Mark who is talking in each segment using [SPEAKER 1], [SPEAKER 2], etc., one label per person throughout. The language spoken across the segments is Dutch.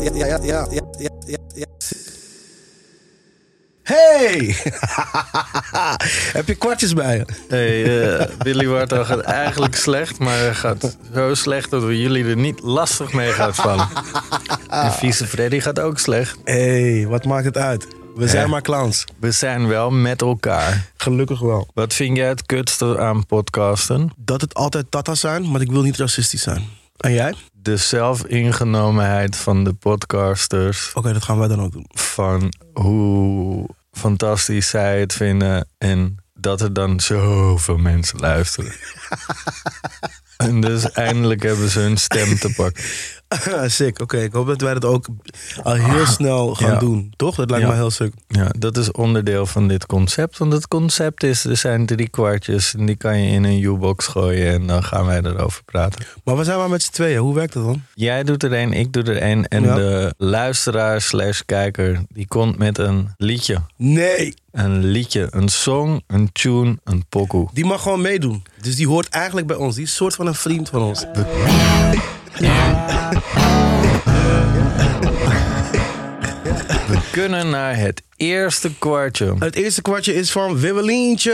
[SPEAKER 1] Ja, ja, ja, ja, ja, ja, ja. Hey! Heb je kwartjes bij je?
[SPEAKER 2] Hey, eh, Willy Warto gaat eigenlijk slecht, maar hij gaat zo slecht dat we jullie er niet lastig mee gaan vallen. En vieze Freddy gaat ook slecht.
[SPEAKER 1] Hey, wat maakt het uit? We zijn maar clowns.
[SPEAKER 2] We zijn wel met elkaar.
[SPEAKER 1] Gelukkig wel.
[SPEAKER 2] Wat vind jij het kutste aan podcasten?
[SPEAKER 1] Dat het altijd tata's zijn, maar ik wil niet racistisch zijn. En jij? Oké,
[SPEAKER 2] De zelfingenomenheid van de podcasters.
[SPEAKER 1] dat gaan wij dan ook doen.
[SPEAKER 2] Van hoe fantastisch zij het vinden. En dat er dan zoveel mensen luisteren. en dus eindelijk hebben ze hun stem te pakken.
[SPEAKER 1] sick, oké. Ik hoop dat wij dat ook al heel snel gaan
[SPEAKER 2] Ja.
[SPEAKER 1] doen. Toch? Dat lijkt
[SPEAKER 2] Ja.
[SPEAKER 1] me heel sick.
[SPEAKER 2] Ja, dat is onderdeel van dit concept. Want het concept is, er zijn drie kwartjes en die kan je in een U-box gooien en dan gaan wij erover praten.
[SPEAKER 1] Maar we zijn maar met z'n tweeën. Hoe werkt dat dan?
[SPEAKER 2] Jij doet er één, ik doe er één en
[SPEAKER 1] Ja.
[SPEAKER 2] de luisteraar slash kijker die komt met een liedje.
[SPEAKER 1] Nee.
[SPEAKER 2] Een liedje, een song, een tune, een pokoe.
[SPEAKER 1] Die mag gewoon meedoen. Dus die hoort eigenlijk bij ons. Die is een soort van een vriend van ons.
[SPEAKER 2] We kunnen naar het eerste kwartje.
[SPEAKER 1] Het eerste kwartje is van Wibbelientje.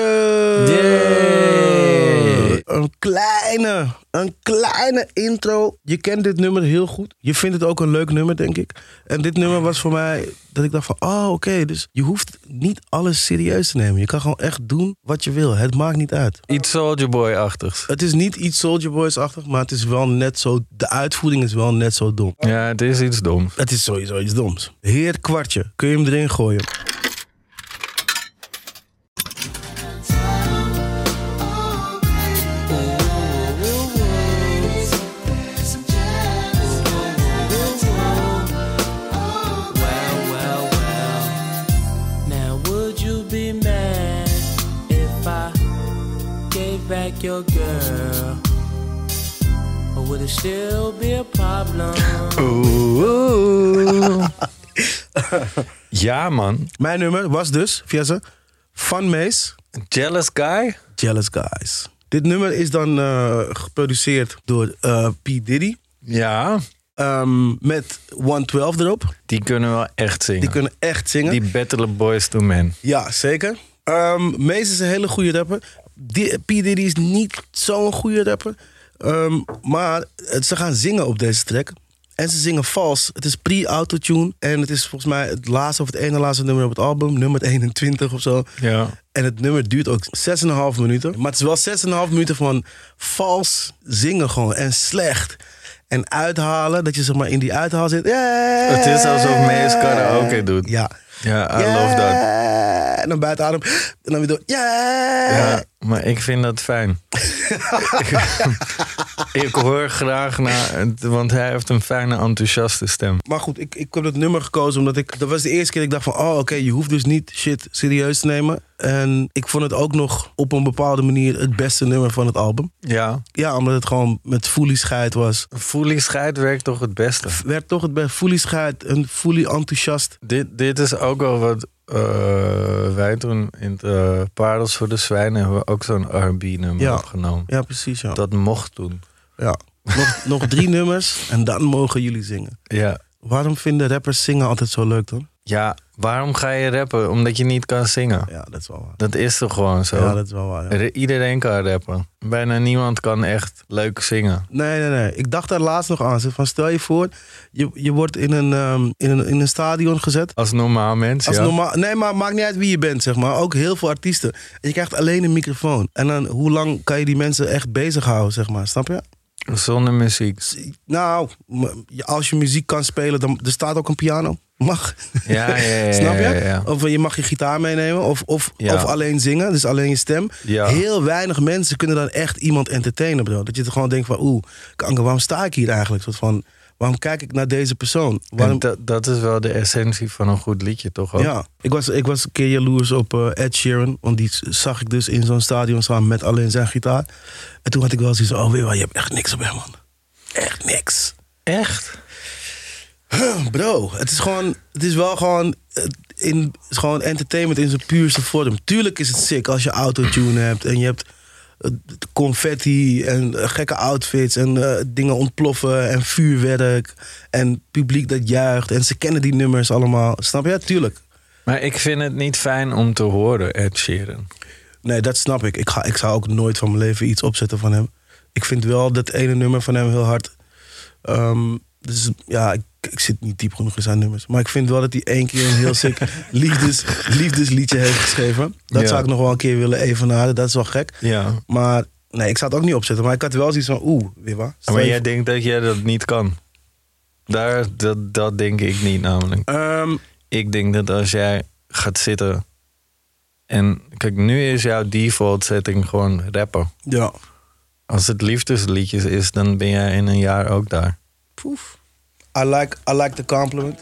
[SPEAKER 2] Yay.
[SPEAKER 1] Een kleine, een kleine intro. Je kent dit nummer heel goed. Je vindt het ook een leuk nummer, denk ik. En dit nummer was voor mij dat ik dacht van... Oh, oké, dus je hoeft niet alles serieus te nemen. Je kan gewoon echt doen wat je wil. Het maakt niet uit.
[SPEAKER 2] Iets Soldier Boy-achtigs.
[SPEAKER 1] Het is niet iets Soldier Boys-achtig, maar het is wel net zo... De uitvoering is wel net zo dom.
[SPEAKER 2] Ja, het is iets doms.
[SPEAKER 1] Het is sowieso iets doms. Heer Kwartje, kun je hem erin gooien?
[SPEAKER 3] Now would you be mad if I gave back your girl? Or would it still be a problem?
[SPEAKER 2] Ja, man.
[SPEAKER 1] Mijn nummer was dus, Fiesse, Van Mees,
[SPEAKER 2] Jealous Guy?
[SPEAKER 1] Jealous Guys. Dit nummer is dan eh, geproduceerd door eh P. Diddy.
[SPEAKER 2] Ja.
[SPEAKER 1] ehm, met 112 erop.
[SPEAKER 2] Die kunnen wel echt zingen.
[SPEAKER 1] Die kunnen echt zingen.
[SPEAKER 2] Die battelen boys to men.
[SPEAKER 1] Ja, zeker. Ehm Mees is een hele goede rapper. Die, P. Diddy is niet zo'n goede rapper. Ehm, maar het- ze gaan zingen op deze track. En ze zingen vals. Het is pre-autotune. En het is volgens mij het laatste of het ene laatste nummer op het album. Nummer 21 of zo.
[SPEAKER 2] Ja.
[SPEAKER 1] En het nummer duurt ook 6,5 minuten. Maar het is wel 6,5 minuten van vals zingen gewoon. En slecht. En uithalen. Dat je zeg maar in die uithaal zit. Yeah.
[SPEAKER 2] Het is alsof Mees karaoke doet.
[SPEAKER 1] Ja.
[SPEAKER 2] Ja, I love that.
[SPEAKER 1] that. En dan buiten adem. En dan weer door. Yeah.
[SPEAKER 2] Ja, maar ik vind dat fijn. ik hoor graag naar, want hij heeft een fijne, enthousiaste stem.
[SPEAKER 1] Maar goed, ik, ik heb dat nummer gekozen omdat ik... Dat was de eerste keer dat ik dacht van... Oh, oké, je hoeft dus niet shit serieus te nemen. En ik vond het ook nog op een bepaalde manier het beste nummer van het album.
[SPEAKER 2] Ja,
[SPEAKER 1] Ja, omdat het gewoon met fully scheid was.
[SPEAKER 2] Fully Scheid werkt toch het beste.
[SPEAKER 1] werd toch het bij fully scheid en fully enthousiast.
[SPEAKER 2] Dit, dit is ook wel wat eh, wij toen in het eh, Parels voor de Zwijnen hebben we ook zo'n R&B-nummer
[SPEAKER 1] Ja.
[SPEAKER 2] opgenomen.
[SPEAKER 1] Ja, precies. Ja.
[SPEAKER 2] Dat mocht toen.
[SPEAKER 1] Ja. Nog, nog drie nummers en dan mogen jullie zingen.
[SPEAKER 2] Ja.
[SPEAKER 1] Waarom vinden rappers zingen altijd zo leuk dan?
[SPEAKER 2] ja, waarom ga je rappen? Omdat je niet kan zingen.
[SPEAKER 1] Ja, dat is wel waar.
[SPEAKER 2] Dat is toch gewoon zo?
[SPEAKER 1] Ja, dat is wel waar. ja.
[SPEAKER 2] R- Iedereen kan rappen. Bijna niemand kan echt leuk zingen.
[SPEAKER 1] Nee, nee, nee. Ik dacht daar laatst nog aan. Zo Van, stel je voor, je, je wordt in een, ehm, in, een, in een stadion gezet.
[SPEAKER 2] Als normaal mens,
[SPEAKER 1] Als
[SPEAKER 2] ja.
[SPEAKER 1] normaal, nee, maar maakt niet uit wie je bent, zeg maar. Ook heel veel artiesten. En je krijgt alleen een microfoon. En dan, hoe lang kan je die mensen echt bezighouden, zeg maar? Snap je?
[SPEAKER 2] Zonder muziek.
[SPEAKER 1] Nou, m- je- als je muziek kan spelen, dan er staat ook een piano. Mag.
[SPEAKER 2] Ja, ja, ja,
[SPEAKER 1] Snap je?
[SPEAKER 2] ja, ja.
[SPEAKER 1] Of eh, je mag je gitaar meenemen. Of, of,
[SPEAKER 2] Ja.
[SPEAKER 1] of alleen zingen, dus alleen je stem.
[SPEAKER 2] Ja.
[SPEAKER 1] Heel weinig mensen kunnen dan echt iemand entertainen, bro. Dat je er gewoon denkt van, oeh, kanker, waarom sta ik hier eigenlijk? Soort van, waarom kijk ik naar deze persoon? Waarom...
[SPEAKER 2] En dat, dat is wel de essentie van een goed liedje, toch? Ook?
[SPEAKER 1] Ja, ik was, ik was een keer jaloers op eh, Ed Sheeran. Want die z- zag ik dus in zo'n stadion staan met alleen zijn gitaar. En toen had ik wel zoiets van, oh, weet je wel, je hebt echt niks op hem, man. Echt niks.
[SPEAKER 2] Echt?
[SPEAKER 1] Bro, het is gewoon, het is wel gewoon, eh, in is gewoon entertainment in zijn puurste vorm. Tuurlijk is het sick als je autotune hebt en je hebt eh, confetti en eh, gekke outfits en eh, dingen ontploffen en vuurwerk en publiek dat juicht en ze kennen die nummers allemaal. Snap je? Ja, tuurlijk.
[SPEAKER 2] Maar ik vind het niet fijn om te horen, Ed Sheeran.
[SPEAKER 1] Nee, dat snap ik. Ik, ga, ik zou ook nooit van mijn leven iets opzetten van hem. Ik vind wel dat ene nummer van hem heel hard. Ehm, dus ja, ik, ik zit niet diep genoeg in zijn nummers. Maar ik vind wel dat hij één keer een heel sick liefdes, liefdesliedje heeft geschreven. Dat
[SPEAKER 2] Ja.
[SPEAKER 1] zou ik nog wel een keer willen evenaren. Dat is wel gek.
[SPEAKER 2] Ja.
[SPEAKER 1] Maar nee, ik zou het ook niet opzetten. Maar ik had wel zoiets van, oeh, weer wat?
[SPEAKER 2] Maar jij denkt dat jij dat niet kan. Daar, dat, dat denk ik niet namelijk.
[SPEAKER 1] Ehm,
[SPEAKER 2] ik denk dat als jij gaat zitten. En kijk, nu is jouw default setting gewoon rappen.
[SPEAKER 1] ja.
[SPEAKER 2] Als het liefdesliedjes is, dan ben jij in een jaar ook daar.
[SPEAKER 1] Poef. I like, I like the compliment.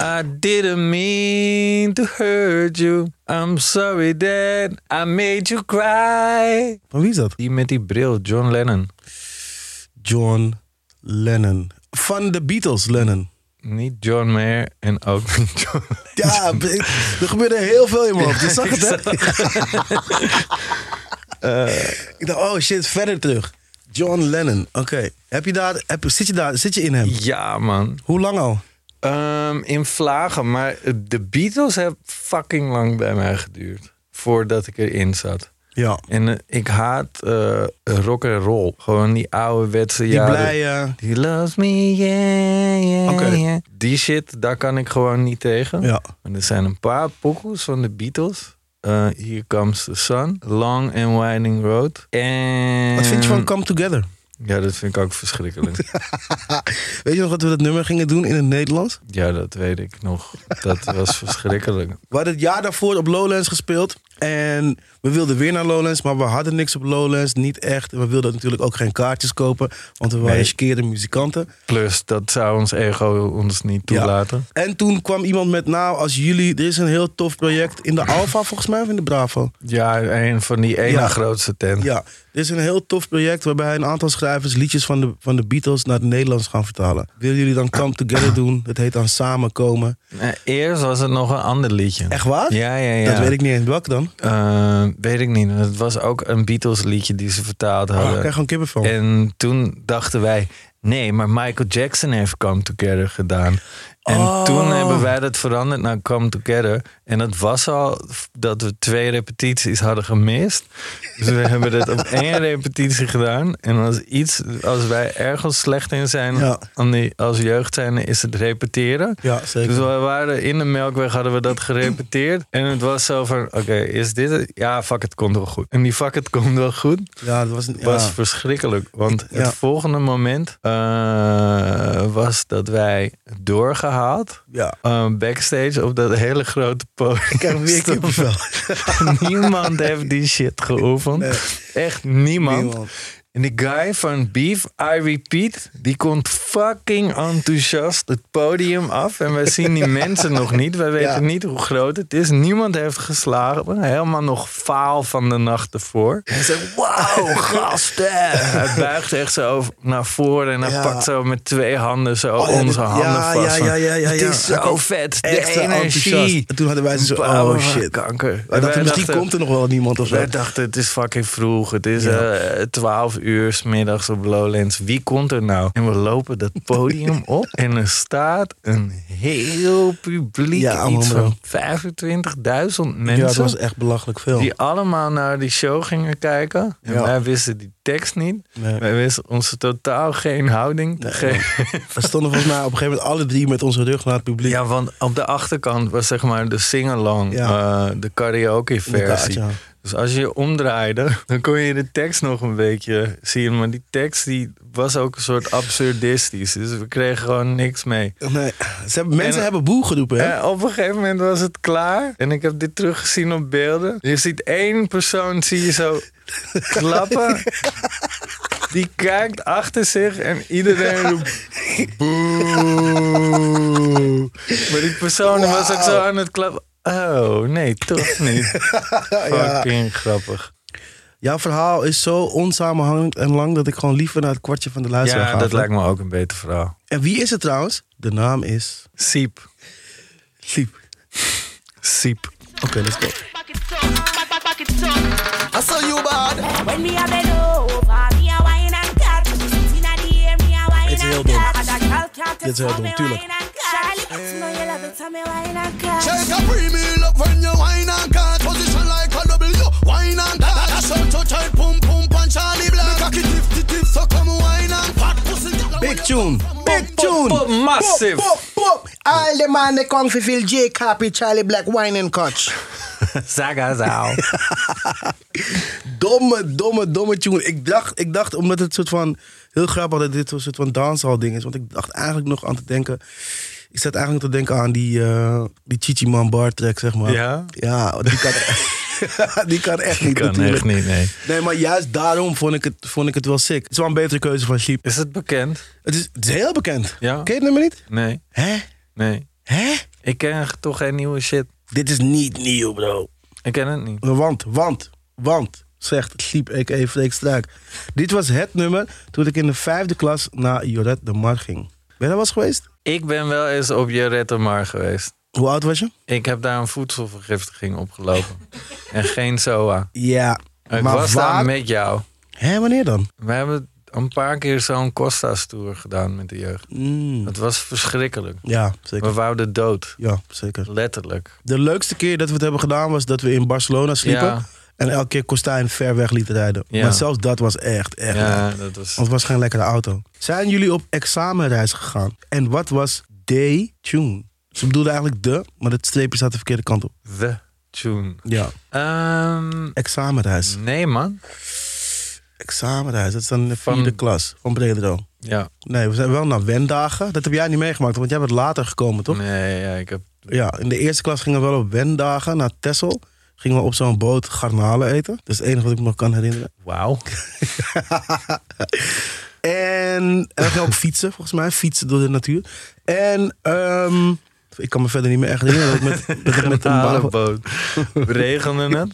[SPEAKER 2] I didn't mean to hurt you. I'm sorry that I made you cry.
[SPEAKER 1] Van wie is dat?
[SPEAKER 2] Die met die bril, John Lennon.
[SPEAKER 1] John Lennon. Van de Beatles, Lennon.
[SPEAKER 2] Niet John Mayer en ook niet John.
[SPEAKER 1] Ja, b- er gebeurde heel veel in mijn hoofd. Je zag het, hè? Ik dacht, oh shit, verder terug. John Lennon, oké. Heb je daar, heb, zit, je daar, zit je in hem?
[SPEAKER 2] Ja, man.
[SPEAKER 1] Hoe lang al?
[SPEAKER 2] Ehm, in vlagen, maar de Beatles hebben fucking lang bij mij geduurd. Voordat ik erin zat.
[SPEAKER 1] Ja.
[SPEAKER 2] En eh, ik haat eh, rock en roll. Gewoon die ouderwetse
[SPEAKER 1] Die
[SPEAKER 2] jaren.
[SPEAKER 1] blije...
[SPEAKER 2] Die loves me, yeah, yeah,
[SPEAKER 1] Oké.
[SPEAKER 2] yeah. Die shit, daar kan ik gewoon niet tegen.
[SPEAKER 1] Ja.
[SPEAKER 2] En er zijn een paar pokoes van de Beatles. Eh, Here Comes the Sun, Long and Winding Road. En...
[SPEAKER 1] Wat vind je van Come Together?
[SPEAKER 2] Ja, dat vind ik ook verschrikkelijk.
[SPEAKER 1] Weet je nog dat we dat nummer gingen doen in het Nederlands?
[SPEAKER 2] ja, dat weet ik nog. Dat was verschrikkelijk.
[SPEAKER 1] We hadden het jaar daarvoor op Lowlands gespeeld. En we wilden weer naar Lowlands, maar we hadden niks op Lowlands. Niet echt. En we wilden natuurlijk ook geen kaartjes kopen, want we waren
[SPEAKER 2] Nee.
[SPEAKER 1] gescheerde muzikanten.
[SPEAKER 2] Plus, dat zou ons ego ons niet toelaten.
[SPEAKER 1] En toen kwam iemand met, nou, als jullie, dit is een heel tof project in de Alfa volgens mij of in de Bravo.
[SPEAKER 2] Ja, een van die ene
[SPEAKER 1] Ja.
[SPEAKER 2] grootste tent.
[SPEAKER 1] Ja, dit is een heel tof project waarbij een aantal schrijvers liedjes van de, van de Beatles naar het Nederlands gaan vertalen. Willen jullie dan Come Together doen? Dat heet dan Samenkomen.
[SPEAKER 2] Eh, Eerst was het nog een ander liedje.
[SPEAKER 1] Echt waar?
[SPEAKER 2] Ja, ja, ja.
[SPEAKER 1] Dat weet ik niet eens. Welke dan?
[SPEAKER 2] Eh, weet ik niet. Het was ook een Beatles liedje die ze vertaald
[SPEAKER 1] Oh, ik
[SPEAKER 2] hadden.
[SPEAKER 1] krijg gewoon kippenvel.
[SPEAKER 2] en toen dachten wij, nee, maar Michael Jackson heeft Come Together gedaan. En
[SPEAKER 1] Oh.
[SPEAKER 2] toen hebben wij dat veranderd naar Come Together. En dat was al f- dat we twee repetities hadden gemist. Dus we hebben dat op één repetitie gedaan. En als, iets, als wij ergens slecht in zijn
[SPEAKER 1] Ja.
[SPEAKER 2] aan die, als jeugd zijn, is het repeteren.
[SPEAKER 1] Ja, zeker.
[SPEAKER 2] Dus we waren in de Melkweg, hadden we dat gerepeteerd. En het was zo van, oké, is dit het? Ja, fuck het, komt wel goed. En die fuck het, komt wel goed,
[SPEAKER 1] Ja, dat was een...
[SPEAKER 2] was
[SPEAKER 1] ja.
[SPEAKER 2] verschrikkelijk. Want het
[SPEAKER 1] Ja.
[SPEAKER 2] volgende moment eh, was dat wij doorgehaald.
[SPEAKER 1] ja.
[SPEAKER 2] eh, backstage op dat hele grote podium.
[SPEAKER 1] Ik krijg weer
[SPEAKER 2] stonden.
[SPEAKER 1] kippenvel.
[SPEAKER 2] Niemand heeft die shit geoefend.
[SPEAKER 1] Nee.
[SPEAKER 2] Echt niemand.
[SPEAKER 1] Niemand.
[SPEAKER 2] En die guy van Beef, I Repeat, die komt fucking enthousiast het podium af. En wij zien die mensen nog niet. Wij weten
[SPEAKER 1] Ja.
[SPEAKER 2] niet hoe groot het is. Niemand heeft geslagen. Helemaal nog faal van de nacht ervoor. Hij zegt, wauw,
[SPEAKER 1] Oh,
[SPEAKER 2] gasten. Hij buigt echt zo naar voren en hij
[SPEAKER 1] Ja.
[SPEAKER 2] pakt zo met twee handen zo
[SPEAKER 1] Oh, ja,
[SPEAKER 2] onze
[SPEAKER 1] dit-
[SPEAKER 2] handen
[SPEAKER 1] ja,
[SPEAKER 2] vast.
[SPEAKER 1] ja,
[SPEAKER 2] van,
[SPEAKER 1] ja, ja, ja,
[SPEAKER 2] Het
[SPEAKER 1] ja.
[SPEAKER 2] is
[SPEAKER 1] Hij
[SPEAKER 2] zo
[SPEAKER 1] komt
[SPEAKER 2] vet, de
[SPEAKER 1] Echt zo enthousiast.
[SPEAKER 2] energie.
[SPEAKER 1] En toen hadden wij zo,
[SPEAKER 2] Blauwe
[SPEAKER 1] oh shit.
[SPEAKER 2] Kanker. En
[SPEAKER 1] Wij
[SPEAKER 2] wij
[SPEAKER 1] dachten, misschien
[SPEAKER 2] dachten-
[SPEAKER 1] komt er nog wel niemand of zo.
[SPEAKER 2] wij dachten, het is fucking vroeg. Het is
[SPEAKER 1] Ja.
[SPEAKER 2] eh 12 uur 's middags op Lowlands. Wie komt er nou? En we lopen dat podium op. En er staat een heel publiek.
[SPEAKER 1] Ja, man,
[SPEAKER 2] iets
[SPEAKER 1] bro.
[SPEAKER 2] van 25.000
[SPEAKER 1] Ja, het
[SPEAKER 2] mensen.
[SPEAKER 1] was echt belachelijk veel.
[SPEAKER 2] die allemaal naar die show gingen kijken. En
[SPEAKER 1] Oh. Ja.
[SPEAKER 2] wij wisten die tekst niet.
[SPEAKER 1] Nee.
[SPEAKER 2] Wij wisten onze totaal geen houding te geven.
[SPEAKER 1] We stonden volgens mij op een gegeven moment alle drie met onze rug naar het publiek.
[SPEAKER 2] Ja, want op de achterkant was zeg maar de sing-along.
[SPEAKER 1] Ja.
[SPEAKER 2] eh, de karaoke
[SPEAKER 1] Inderdaad,
[SPEAKER 2] versie.
[SPEAKER 1] ja.
[SPEAKER 2] Dus als je je omdraaide, dan kon je de tekst nog een beetje zien. Maar die tekst die was ook een soort absurdistisch. Dus we kregen gewoon niks mee.
[SPEAKER 1] Nee, ze hebben, mensen
[SPEAKER 2] En-
[SPEAKER 1] hebben boe geroepen, hè?
[SPEAKER 2] Eh, op een gegeven moment was het klaar. En ik heb dit teruggezien op beelden. Je ziet één persoon, zie je zo klappen. Die kijkt achter zich en iedereen roept boe. Maar die persoon was ook zo aan het klappen. Oh, nee, toch niet.
[SPEAKER 1] Ja.
[SPEAKER 2] Fucking grappig.
[SPEAKER 1] Jouw verhaal is zo onsamenhangend en lang dat ik gewoon liever naar het kwartje van de luisteraar
[SPEAKER 2] Ja,
[SPEAKER 1] ga.
[SPEAKER 2] dat lijkt me ook een beter verhaal.
[SPEAKER 1] En wie is het trouwens? De naam is...
[SPEAKER 2] Siep.
[SPEAKER 1] Liep.
[SPEAKER 2] Siep.
[SPEAKER 1] Oké, let's go.
[SPEAKER 4] Back it up, back, back, back it up.
[SPEAKER 5] I saw you bad.
[SPEAKER 4] When me a bend over, me a wine and cut. Sit in the air, me a wine
[SPEAKER 1] Dit is heel
[SPEAKER 4] and
[SPEAKER 1] dom.
[SPEAKER 4] cut. Other girl can't
[SPEAKER 1] Dit is
[SPEAKER 4] touch
[SPEAKER 1] heel
[SPEAKER 4] how
[SPEAKER 1] dom,
[SPEAKER 4] me
[SPEAKER 1] tuurlijk.
[SPEAKER 4] wine and cut. Charlie, you know you love it, so me wine and cut.
[SPEAKER 5] Take a free meal up when you wine and cut. Position like a W. Wine and cut. That's all to tight. Pum pum punch Charlie Black. Me cocky tifty tip. So come wine and cut. Pussy get the
[SPEAKER 1] Big tune. Big
[SPEAKER 2] pop,
[SPEAKER 1] tune.
[SPEAKER 2] pop, massive.
[SPEAKER 1] Pop, pop, pop. Al de mannen kwam verveel J. Copy, Charlie Black, Wine and Coach.
[SPEAKER 2] Zaga zaal.
[SPEAKER 1] Domme, domme, domme tune. Ik dacht, ik dacht, omdat het soort van... Heel grappig dat dit een soort van dancehall ding is. Want ik dacht eigenlijk nog aan te denken... Ik zat eigenlijk te denken aan die, eh die Chichi Man Bar track, zeg maar.
[SPEAKER 2] Ja?
[SPEAKER 1] Ja, want die kan, die kan echt niet
[SPEAKER 2] kan
[SPEAKER 1] natuurlijk.
[SPEAKER 2] echt niet, nee.
[SPEAKER 1] Nee, maar juist daarom vond ik het, vond ik het wel sick. Het is wel een betere keuze van Sheep.
[SPEAKER 2] Is het bekend?
[SPEAKER 1] Het is, het is heel bekend.
[SPEAKER 2] Ja.
[SPEAKER 1] Ken je het nummer niet?
[SPEAKER 2] Nee.
[SPEAKER 1] Hè?
[SPEAKER 2] Nee.
[SPEAKER 1] Hè?
[SPEAKER 2] Ik ken toch geen nieuwe shit.
[SPEAKER 1] Dit is niet nieuw, bro.
[SPEAKER 2] Ik ken het niet.
[SPEAKER 1] Want, want, want, zegt Sleep a.k.a. Freek Straak. Dit was het nummer toen ik in de vijfde klas naar Joret de Mar ging. Ben je daar wel eens geweest?
[SPEAKER 2] Ik ben wel eens op Mar geweest.
[SPEAKER 1] Hoe oud was je?
[SPEAKER 2] Ik heb daar een voedselvergiftiging opgelopen. en geen SOA.
[SPEAKER 1] Ja.
[SPEAKER 2] Ik
[SPEAKER 1] maar
[SPEAKER 2] was
[SPEAKER 1] waar...
[SPEAKER 2] daar met jou.
[SPEAKER 1] Hé, wanneer dan?
[SPEAKER 2] We hebben een paar keer zo'n Costa's tour gedaan met de jeugd.
[SPEAKER 1] Mm.
[SPEAKER 2] Het was verschrikkelijk.
[SPEAKER 1] Ja, zeker.
[SPEAKER 2] We wouden dood.
[SPEAKER 1] Ja, zeker.
[SPEAKER 2] Letterlijk.
[SPEAKER 1] De leukste keer dat we het hebben gedaan was dat we in Barcelona sliepen.
[SPEAKER 2] Ja.
[SPEAKER 1] En elke keer Costijn ver weg lieten rijden.
[SPEAKER 2] Ja.
[SPEAKER 1] Maar zelfs dat was echt, echt leuk.
[SPEAKER 2] Ja, dat was...
[SPEAKER 1] Want het was geen lekkere auto. Zijn jullie op examenreis gegaan? En wat was de tune? Ze bedoelde eigenlijk de, maar het streepje staat de verkeerde kant op.
[SPEAKER 2] The tune.
[SPEAKER 1] Ja.
[SPEAKER 2] Ehm,
[SPEAKER 1] Examenreis.
[SPEAKER 2] nee, man.
[SPEAKER 1] Examenreis, dat is dan in de
[SPEAKER 2] Van-
[SPEAKER 1] vierde klas van Bredero.
[SPEAKER 2] Ja.
[SPEAKER 1] Nee, we zijn wel naar wendagen. Dat heb jij niet meegemaakt, want jij bent later gekomen, toch?
[SPEAKER 2] Nee, ja, ik heb...
[SPEAKER 1] Ja, in de eerste klas gingen we wel op wendagen naar Texel. Gingen we op zo'n boot garnalen eten. Dat is het enige wat ik me nog kan herinneren.
[SPEAKER 2] Wauw.
[SPEAKER 1] En en we gingen ook fietsen, volgens mij. Fietsen door de natuur. En ehm, ik kan me verder niet meer echt herinneren. Dat ik met, dat ik met een bal-
[SPEAKER 2] boot. Regende het?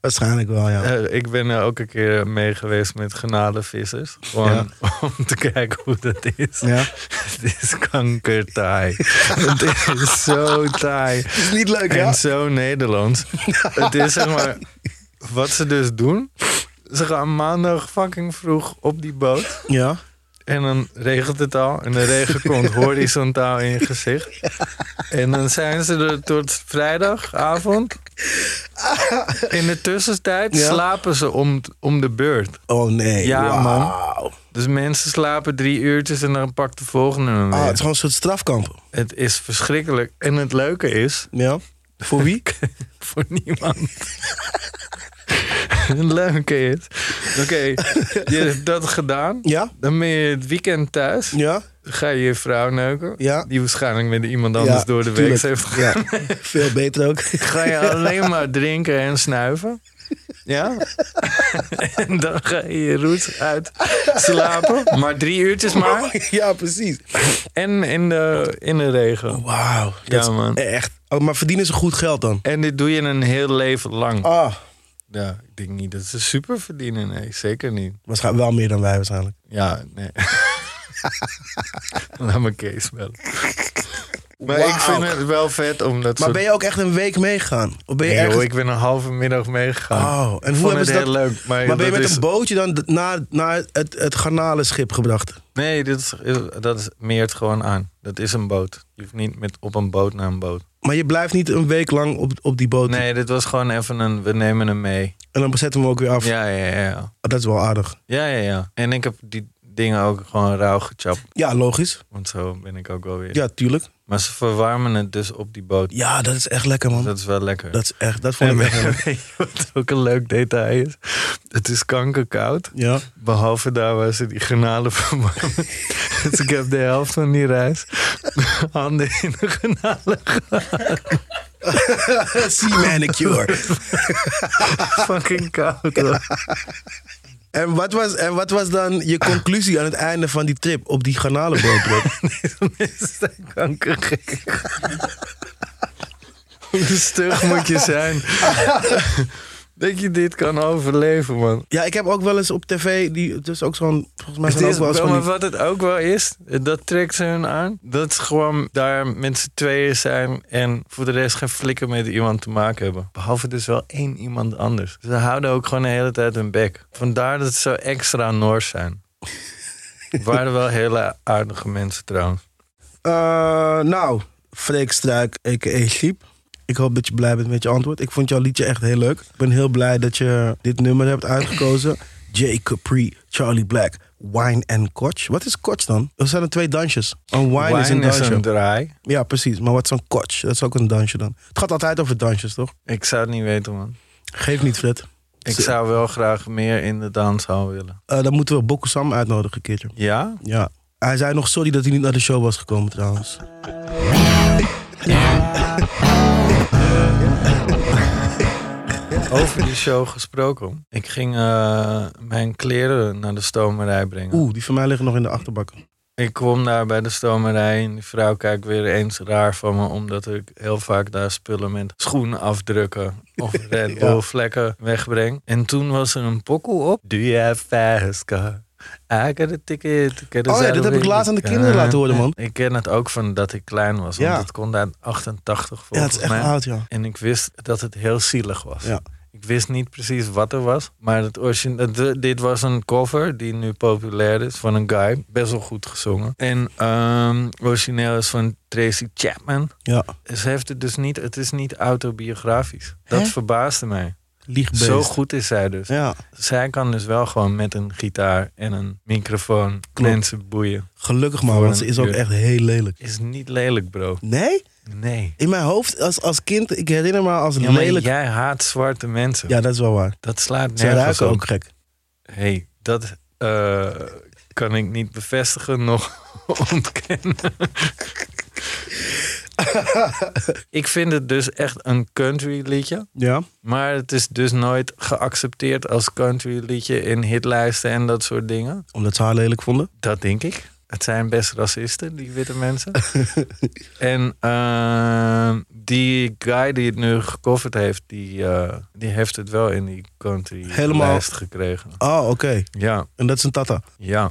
[SPEAKER 1] Waarschijnlijk wel, ja.
[SPEAKER 2] Eh, ik ben er ook een keer mee geweest met genadevissers. Gewoon om te kijken hoe dat is.
[SPEAKER 1] Ja.
[SPEAKER 2] Het is kankertaai. het is zo taai.
[SPEAKER 1] is niet leuk,
[SPEAKER 2] En zo Nederlands. het is zeg maar... Wat ze dus doen... Ze gaan maandag fucking vroeg op die boot.
[SPEAKER 1] Ja.
[SPEAKER 2] En dan regent het al. En de regen komt horizontaal in je gezicht. En dan zijn ze er tot vrijdagavond. In de tussentijd
[SPEAKER 1] Ja.
[SPEAKER 2] slapen ze om, om de beurt.
[SPEAKER 1] Oh nee. wauw.
[SPEAKER 2] Ja, man. Dus mensen slapen drie uurtjes en dan pakt de volgende hem weer.
[SPEAKER 1] Ah, het is
[SPEAKER 2] het...
[SPEAKER 1] gewoon een soort strafkamp.
[SPEAKER 2] is verschrikkelijk. En het leuke is...
[SPEAKER 1] Ja. Voor wie?
[SPEAKER 2] Voor niemand. het leuke is... Oké, je hebt dat gedaan.
[SPEAKER 1] Ja.
[SPEAKER 2] Dan ben je het weekend thuis.
[SPEAKER 1] Ja.
[SPEAKER 2] Ga je je vrouw neuken?
[SPEAKER 1] Ja.
[SPEAKER 2] Die waarschijnlijk met iemand anders
[SPEAKER 1] Ja,
[SPEAKER 2] door de
[SPEAKER 1] tuurlijk.
[SPEAKER 2] week heeft gegaan.
[SPEAKER 1] Ja. Veel beter ook.
[SPEAKER 2] Ga je alleen maar drinken en snuiven? Ja? en dan ga je je roet uit slapen. Maar drie uurtjes
[SPEAKER 1] Oh
[SPEAKER 2] maar.
[SPEAKER 1] ja, precies.
[SPEAKER 2] En in de, in de regen.
[SPEAKER 1] Wauw.
[SPEAKER 2] Ja, man.
[SPEAKER 1] Echt. Oh, maar verdienen ze goed geld dan?
[SPEAKER 2] En dit doe je een heel leven lang.
[SPEAKER 1] Ah.
[SPEAKER 2] Ja, ik denk niet dat ze super verdienen. Nee, zeker niet.
[SPEAKER 1] Waarschijnlijk wel meer dan wij waarschijnlijk.
[SPEAKER 2] Ja, nee. Laat me Kees bellen. Maar ik
[SPEAKER 1] Wauw.
[SPEAKER 2] vind het wel vet om dat
[SPEAKER 1] Maar
[SPEAKER 2] soort
[SPEAKER 1] ben je ook echt een week meegegaan? Of ben je
[SPEAKER 2] Nee,
[SPEAKER 1] ergens...
[SPEAKER 2] joh, ik ben een halve middag meegegaan.
[SPEAKER 1] Oh, en hoe
[SPEAKER 2] Ik vond
[SPEAKER 1] hebben
[SPEAKER 2] het
[SPEAKER 1] ze
[SPEAKER 2] heel
[SPEAKER 1] dat...
[SPEAKER 2] leuk. Maar,
[SPEAKER 1] maar ben je
[SPEAKER 2] dat
[SPEAKER 1] met
[SPEAKER 2] is-
[SPEAKER 1] een bootje dan d- naar, naar het, het garnalenschip gebracht?
[SPEAKER 2] Nee, dit is, eh, dat is, meert gewoon aan. Dat is een boot. Je hoeft niet met, op een boot naar een boot.
[SPEAKER 1] Maar je blijft niet een week lang op, op die boot.
[SPEAKER 2] Nee, dit was gewoon even een, we nemen hem mee.
[SPEAKER 1] En dan zetten we hem ook weer af. Ah,
[SPEAKER 2] Ja, ja, ja.
[SPEAKER 1] Dat is wel aardig.
[SPEAKER 2] Ja, ja, ja. En ik heb die dingen ook gewoon rauw gechapt.
[SPEAKER 1] Ja, logisch.
[SPEAKER 2] Want zo ben ik ook wel weer.
[SPEAKER 1] Ja, tuurlijk.
[SPEAKER 2] Maar ze verwarmen het dus op die boot.
[SPEAKER 1] Ja, dat is echt lekker, man.
[SPEAKER 2] Dat is wel lekker.
[SPEAKER 1] Dat is echt... Dat vond
[SPEAKER 2] en
[SPEAKER 1] ik echt heel
[SPEAKER 2] weet,
[SPEAKER 1] leuk.
[SPEAKER 2] je wat ook een leuk detail is? Het is kankerkoud.
[SPEAKER 1] Ja.
[SPEAKER 2] Behalve daar waar ze die granalen verwarmen. dus ik heb de helft van die reis handen in de granalen
[SPEAKER 1] Sea manicure.
[SPEAKER 2] fucking koud. hoor.
[SPEAKER 1] en, wat was, en wat was dan je conclusie aan het einde van die trip? Op die garnalenboottrip?
[SPEAKER 2] Mensen zijn kankergek. Hoe stug moet je zijn? Dat je dit kan overleven, man.
[SPEAKER 1] Ja, ik heb ook wel eens op tv, die, dus ook zo'n, volgens mij
[SPEAKER 2] Het
[SPEAKER 1] zijn ook
[SPEAKER 2] is,
[SPEAKER 1] wel eens
[SPEAKER 2] wel,
[SPEAKER 1] van
[SPEAKER 2] maar
[SPEAKER 1] die-
[SPEAKER 2] wat het ook wel is, dat trekt ze hun aan. Dat is gewoon daar met z'n tweeën zijn en voor de rest geen flikker met iemand te maken hebben. Behalve dus wel één iemand anders. Ze houden ook gewoon de hele tijd hun bek. Vandaar dat ze zo extra Noors zijn. Het waren wel hele aardige mensen trouwens.
[SPEAKER 1] Eh, nou, Freek Struik, a.k.a. Sheep. Ik hoop dat je blij bent met je antwoord. Ik vond jouw liedje echt heel leuk. Ik ben heel blij dat je dit nummer hebt uitgekozen. J. Capri, Charlie Black, Wine and Koch. Wat is Koch dan? Er zijn er twee dansjes. Een wine, is een dansje.
[SPEAKER 2] draai.
[SPEAKER 1] Ja, precies. Maar wat is een Koch? Dat is ook een dansje dan. Het gaat altijd over dansjes, toch?
[SPEAKER 2] Ik zou het niet weten, man.
[SPEAKER 1] Geef niet, Fred.
[SPEAKER 2] Ik
[SPEAKER 1] Ze-
[SPEAKER 2] zou wel graag meer in de danszaal willen.
[SPEAKER 1] Eh, dan moeten we Boko Sam uitnodigen een keertje.
[SPEAKER 2] Ja?
[SPEAKER 1] Ja. Hij zei nog sorry dat hij niet naar de show was gekomen trouwens.
[SPEAKER 2] Over die show gesproken. Ik ging eh, mijn kleren naar de stomerij brengen.
[SPEAKER 1] Oeh, die van mij liggen nog in de achterbak.
[SPEAKER 2] Ik kwam daar bij de stomerij en die vrouw kijkt weer eens raar van me. Omdat ik heel vaak daar spullen met schoenen afdrukken of Red Bull vlekken wegbreng. En toen was er een pokoe op. Do you have fast car? I got a ticket. I got a
[SPEAKER 1] Oh ja, dit heb ik laatst aan de kinderen laten horen, man.
[SPEAKER 2] Ik ken het ook van dat ik klein was. Want
[SPEAKER 1] Ja.
[SPEAKER 2] het kon daar 88 volgens
[SPEAKER 1] Ja, het is echt
[SPEAKER 2] mij.
[SPEAKER 1] oud, ja.
[SPEAKER 2] En ik wist dat het heel zielig was.
[SPEAKER 1] Ja.
[SPEAKER 2] Ik wist niet precies wat er was. Maar het origine- eh, de- dit was een cover die nu populair is van een guy. Best wel goed gezongen. En ehm origineel is van Tracy Chapman.
[SPEAKER 1] Ja.
[SPEAKER 2] Ze heeft het dus niet, het is niet autobiografisch. Dat
[SPEAKER 1] Hè?
[SPEAKER 2] verbaasde mij.
[SPEAKER 1] Liegbeest.
[SPEAKER 2] Zo goed is zij dus.
[SPEAKER 1] Ja.
[SPEAKER 2] Zij kan dus wel gewoon met een gitaar en een microfoon mensen boeien.
[SPEAKER 1] Gelukkig maar, want ze is ook echt heel lelijk.
[SPEAKER 2] Is niet lelijk, bro.
[SPEAKER 1] Nee?
[SPEAKER 2] Nee.
[SPEAKER 1] In mijn hoofd als, als kind, ik herinner me als
[SPEAKER 2] Ja, maar
[SPEAKER 1] lelijk.
[SPEAKER 2] jij haat zwarte mensen.
[SPEAKER 1] Ja, dat is wel waar.
[SPEAKER 2] Dat slaat
[SPEAKER 1] Ze
[SPEAKER 2] nergens
[SPEAKER 1] ruiken
[SPEAKER 2] op.
[SPEAKER 1] ook gek.
[SPEAKER 2] hey, dat eh, kan ik niet bevestigen, nog ontkennen. ik vind het dus echt een country liedje.
[SPEAKER 1] Ja.
[SPEAKER 2] Maar het is dus nooit geaccepteerd als country liedje in hitlijsten en dat soort dingen.
[SPEAKER 1] Omdat ze haar lelijk vonden.
[SPEAKER 2] Dat denk ik. Het zijn best racisten, die witte mensen. en ehm, die guy die het nu gecoverd heeft, die, eh, die heeft het wel in die country
[SPEAKER 1] Helemaal.
[SPEAKER 2] lijst gekregen.
[SPEAKER 1] Oh, oké.
[SPEAKER 2] Ja.
[SPEAKER 1] En dat is een tata.
[SPEAKER 2] Ja.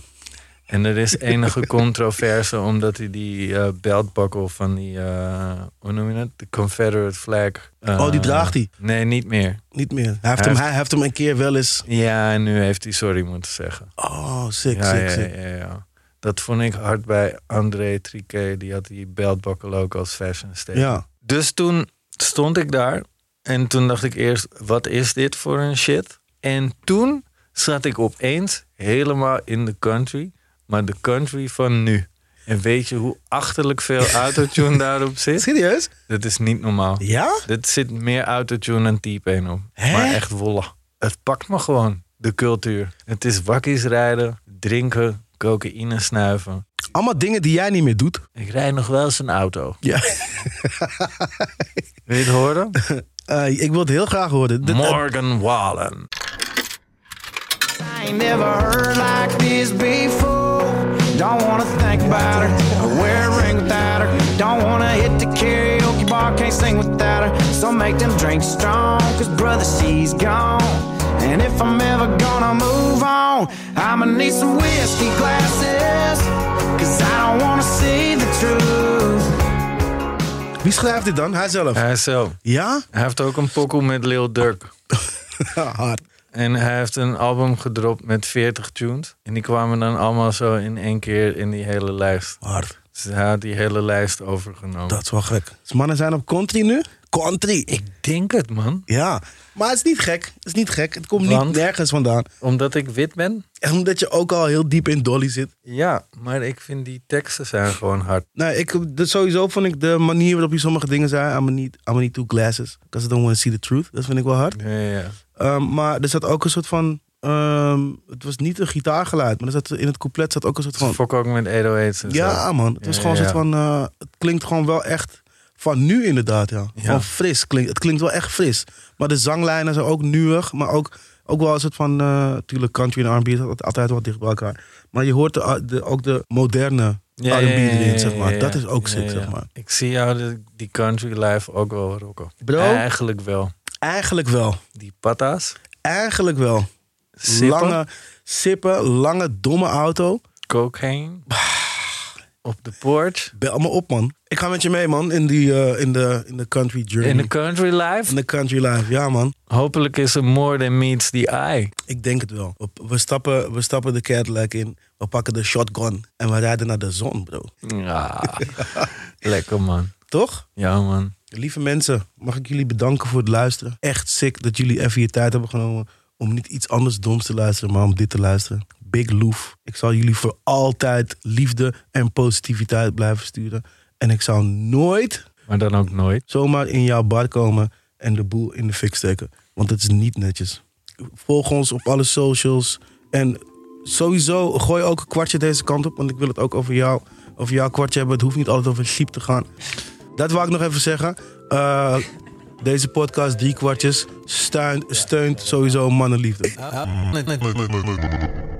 [SPEAKER 2] En er is enige controverse omdat hij die eh beltbakkel van die, eh, hoe noem je het? De Confederate flag. eh,
[SPEAKER 1] Oh, die draagt hij.
[SPEAKER 2] Nee, niet meer.
[SPEAKER 1] Niet meer. Hij heeft, hem,
[SPEAKER 2] heeft-
[SPEAKER 1] hij heeft hem een keer wel eens...
[SPEAKER 2] Ja, en nu heeft hij sorry moeten zeggen.
[SPEAKER 1] Oh, sick,
[SPEAKER 2] Ja,
[SPEAKER 1] sick,
[SPEAKER 2] ja,
[SPEAKER 1] sick.
[SPEAKER 2] ja, ja. Dat vond ik hard bij André Triquet. Die had die beltbakkel ook als fashion
[SPEAKER 1] Ja.
[SPEAKER 2] statement. Dus toen stond ik daar en toen dacht ik eerst, wat is dit voor een shit? En toen zat ik opeens helemaal in de country, maar de country van nu. En weet je hoe achterlijk veel autotune daarop zit?
[SPEAKER 1] Serieus?
[SPEAKER 2] Dat is niet normaal.
[SPEAKER 1] Ja?
[SPEAKER 2] Dit zit meer autotune dan T-Pain op.
[SPEAKER 1] Hè?
[SPEAKER 2] Maar echt wollen. Het pakt me gewoon, de cultuur. Het is wakkies rijden, drinken, cocaïne snuiven.
[SPEAKER 1] Allemaal dingen die jij niet meer doet.
[SPEAKER 2] Ik rijd nog wel eens een auto.
[SPEAKER 1] Ja.
[SPEAKER 2] Wil je het horen?
[SPEAKER 1] Eh, ik wil het heel graag horen. Dit-
[SPEAKER 2] Morgan Wallen.
[SPEAKER 6] I ain't never heard like this before. Don't wanna think about her, wear a ring without her. Don't wanna hit the karaoke bar, can't sing without her. So make them drinks strong, cause brother, she's gone. And if I'm ever gonna move on, I'ma need some whiskey glasses. Cause I don't wanna see the truth.
[SPEAKER 1] Wie schrijft dit dan? Hij zelf.
[SPEAKER 2] Hij is zo.
[SPEAKER 1] Ja?
[SPEAKER 2] Hij heeft ook een pokoe met Lil Durk.
[SPEAKER 1] Hard.
[SPEAKER 2] En hij heeft een album gedropt met 40 tunes. En die kwamen dan allemaal zo in één keer in die hele lijst.
[SPEAKER 1] Hard.
[SPEAKER 2] Dus hij had die hele lijst overgenomen.
[SPEAKER 1] Dat is wel gek. Dus mannen zijn op country nu? Country.
[SPEAKER 2] Ik denk het, man.
[SPEAKER 1] Ja. Maar het is niet gek. Het is niet gek. Het komt
[SPEAKER 2] Want?
[SPEAKER 1] niet nergens vandaan.
[SPEAKER 2] Omdat ik wit ben?
[SPEAKER 1] En omdat je ook al heel diep in Dolly zit.
[SPEAKER 2] Ja, maar ik vind die teksten zijn gewoon hard.
[SPEAKER 1] Nou, ik, dus sowieso vond ik de manier waarop je sommige dingen zei. I'm niet I'm niet two glasses. Because I don't want to see the truth. Dat vind ik wel hard.
[SPEAKER 2] Ja, ja, ja.
[SPEAKER 1] Ehm, maar er zat ook een soort van... ehm, het was niet een gitaargeluid. Maar er zat, in het couplet zat ook een soort
[SPEAKER 2] Ze
[SPEAKER 1] van...
[SPEAKER 2] fokken Dus ook met 808's en
[SPEAKER 1] Ja,
[SPEAKER 2] zo.
[SPEAKER 1] man. Het was
[SPEAKER 2] Ja,
[SPEAKER 1] gewoon een
[SPEAKER 2] ja.
[SPEAKER 1] soort van... eh, het klinkt gewoon wel echt van nu inderdaad, ja.
[SPEAKER 2] Ja.
[SPEAKER 1] Gewoon fris. Klinkt, het klinkt wel echt fris. Maar de zanglijnen zijn ook nuig. Maar ook, ook wel een soort van... eh tuurlijk, country en R&B is altijd- altijd wat dicht bij elkaar. Maar je hoort de, de- ook de moderne
[SPEAKER 2] Ja,
[SPEAKER 1] R&B
[SPEAKER 2] ja, ja,
[SPEAKER 1] erin,
[SPEAKER 2] ja,
[SPEAKER 1] zeg maar.
[SPEAKER 2] ja,
[SPEAKER 1] Dat
[SPEAKER 2] ja.
[SPEAKER 1] is ook
[SPEAKER 2] Ja,
[SPEAKER 1] sick,
[SPEAKER 2] ja,
[SPEAKER 1] zeg
[SPEAKER 2] ja.
[SPEAKER 1] maar.
[SPEAKER 2] Ik zie jou de- die country life ook wel rocken.
[SPEAKER 1] Bro?
[SPEAKER 2] Eigenlijk wel.
[SPEAKER 1] Eigenlijk wel.
[SPEAKER 2] Die patas.
[SPEAKER 1] Eigenlijk wel.
[SPEAKER 2] Sippen?
[SPEAKER 1] Lange sippen, lange domme auto.
[SPEAKER 2] Cocaine. Op de porch.
[SPEAKER 1] Bel me op, man. Ik ga met je mee, man, in, die, eh, in, de, in de country journey.
[SPEAKER 2] In de country
[SPEAKER 1] in
[SPEAKER 2] life.
[SPEAKER 1] de country life, ja, man.
[SPEAKER 2] Hopelijk is er more than meets the eye.
[SPEAKER 1] Ik denk het wel. We, we stappen, we stappen de Cadillac in, we pakken de shotgun en we rijden naar de zon, bro.
[SPEAKER 2] Ja. Lekker man.
[SPEAKER 1] Toch?
[SPEAKER 2] Ja man.
[SPEAKER 1] Lieve mensen, mag ik jullie bedanken voor het luisteren. Echt sick dat jullie even je tijd hebben genomen om niet iets anders doms te luisteren, maar om dit te luisteren. Big loof. Ik zal jullie voor altijd liefde en positiviteit blijven sturen. En ik zal nooit
[SPEAKER 2] Maar dan ook nooit.
[SPEAKER 1] zomaar in jouw bar komen en de boel in de fik steken. Want het is niet netjes. Volg ons op alle socials. En sowieso gooi ook een kwartje deze kant op. Want ik wil het ook over, jou, over jouw kwartje hebben. Het hoeft niet altijd over sheep te gaan. Dat wou ik nog even zeggen. Eh, deze podcast, drie kwartjes, steunt, steunt sowieso mannenliefde.
[SPEAKER 7] Met, met, met, met, met, met, met.